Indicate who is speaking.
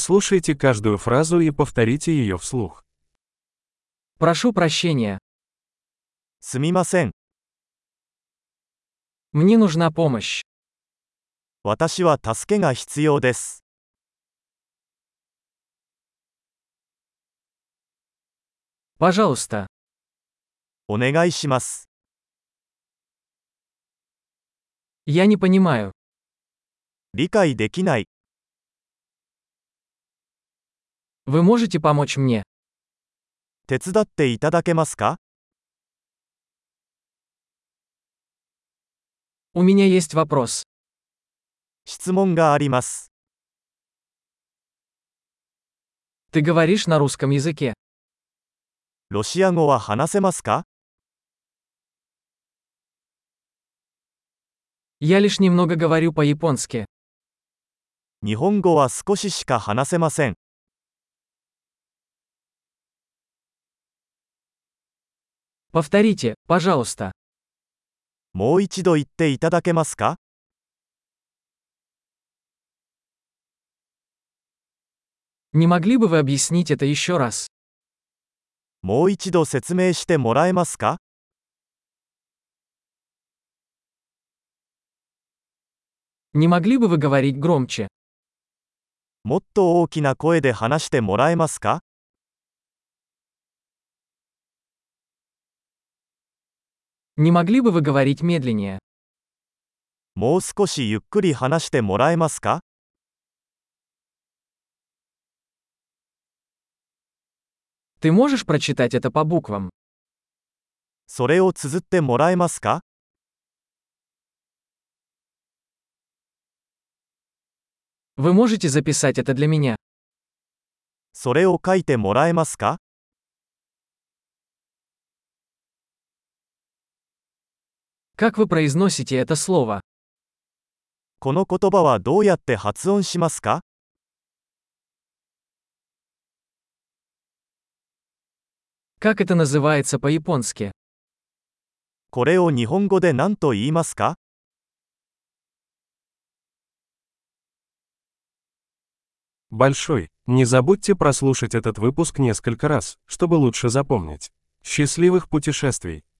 Speaker 1: Прослушайте каждую фразу и повторите ее вслух.
Speaker 2: Прошу прощения.
Speaker 3: すみません。
Speaker 2: Мне нужна помощь.
Speaker 3: 私は助けが必要です。
Speaker 2: Пожалуйста.
Speaker 3: お願いします。
Speaker 2: Я не понимаю.
Speaker 3: 理解できない。
Speaker 2: Вы можете помочь мне?
Speaker 3: 手伝っていただけますか
Speaker 2: У меня есть вопрос.
Speaker 3: 質問があります。
Speaker 2: Ты говоришь на русском языке?
Speaker 3: ロシア語は話せますか
Speaker 2: Я лишь немного говорю по-японски.
Speaker 3: 日本語は少ししか話せません。
Speaker 2: Повторите, пожалуйста.
Speaker 3: もう一度言っていただけますか
Speaker 2: Не могли бы вы объяснить это еще раз?
Speaker 3: もう一度説明してもらえますか
Speaker 2: Не могли бы вы говорить громче?
Speaker 3: もっと大きな声で話してもらえますか
Speaker 2: Не могли бы вы говорить медленнее?
Speaker 3: もう少しゆっくり話してもらえますか
Speaker 2: Ты можешь прочитать это по буквам?
Speaker 3: それを綴ってもらえますか
Speaker 2: Вы можете записать это для меня?
Speaker 3: それを書いてもらえますか
Speaker 2: Как вы произносите это слово?
Speaker 3: この言葉はどうやって発音しますか
Speaker 2: Как это называется по-японски?
Speaker 3: これを日本語で何と言いますか
Speaker 1: Большой. Не забудьте прослушать этот выпуск несколько раз, чтобы лучше запомнить. Счастливых путешествий!